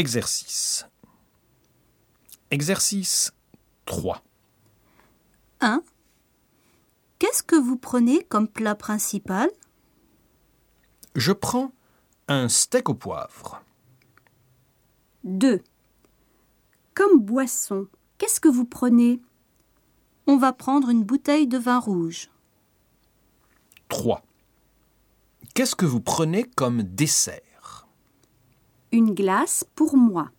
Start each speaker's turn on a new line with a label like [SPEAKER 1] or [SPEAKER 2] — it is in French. [SPEAKER 1] Exercice. Exercice 3.
[SPEAKER 2] 1. Qu'est-ce que vous prenez comme plat principal
[SPEAKER 1] Je prends un steak au poivre.
[SPEAKER 2] 2. Comme boisson, qu'est-ce que vous prenez On va prendre une bouteille de vin rouge.
[SPEAKER 1] 3. Qu'est-ce que vous prenez comme dessert
[SPEAKER 2] Une glace pour moi.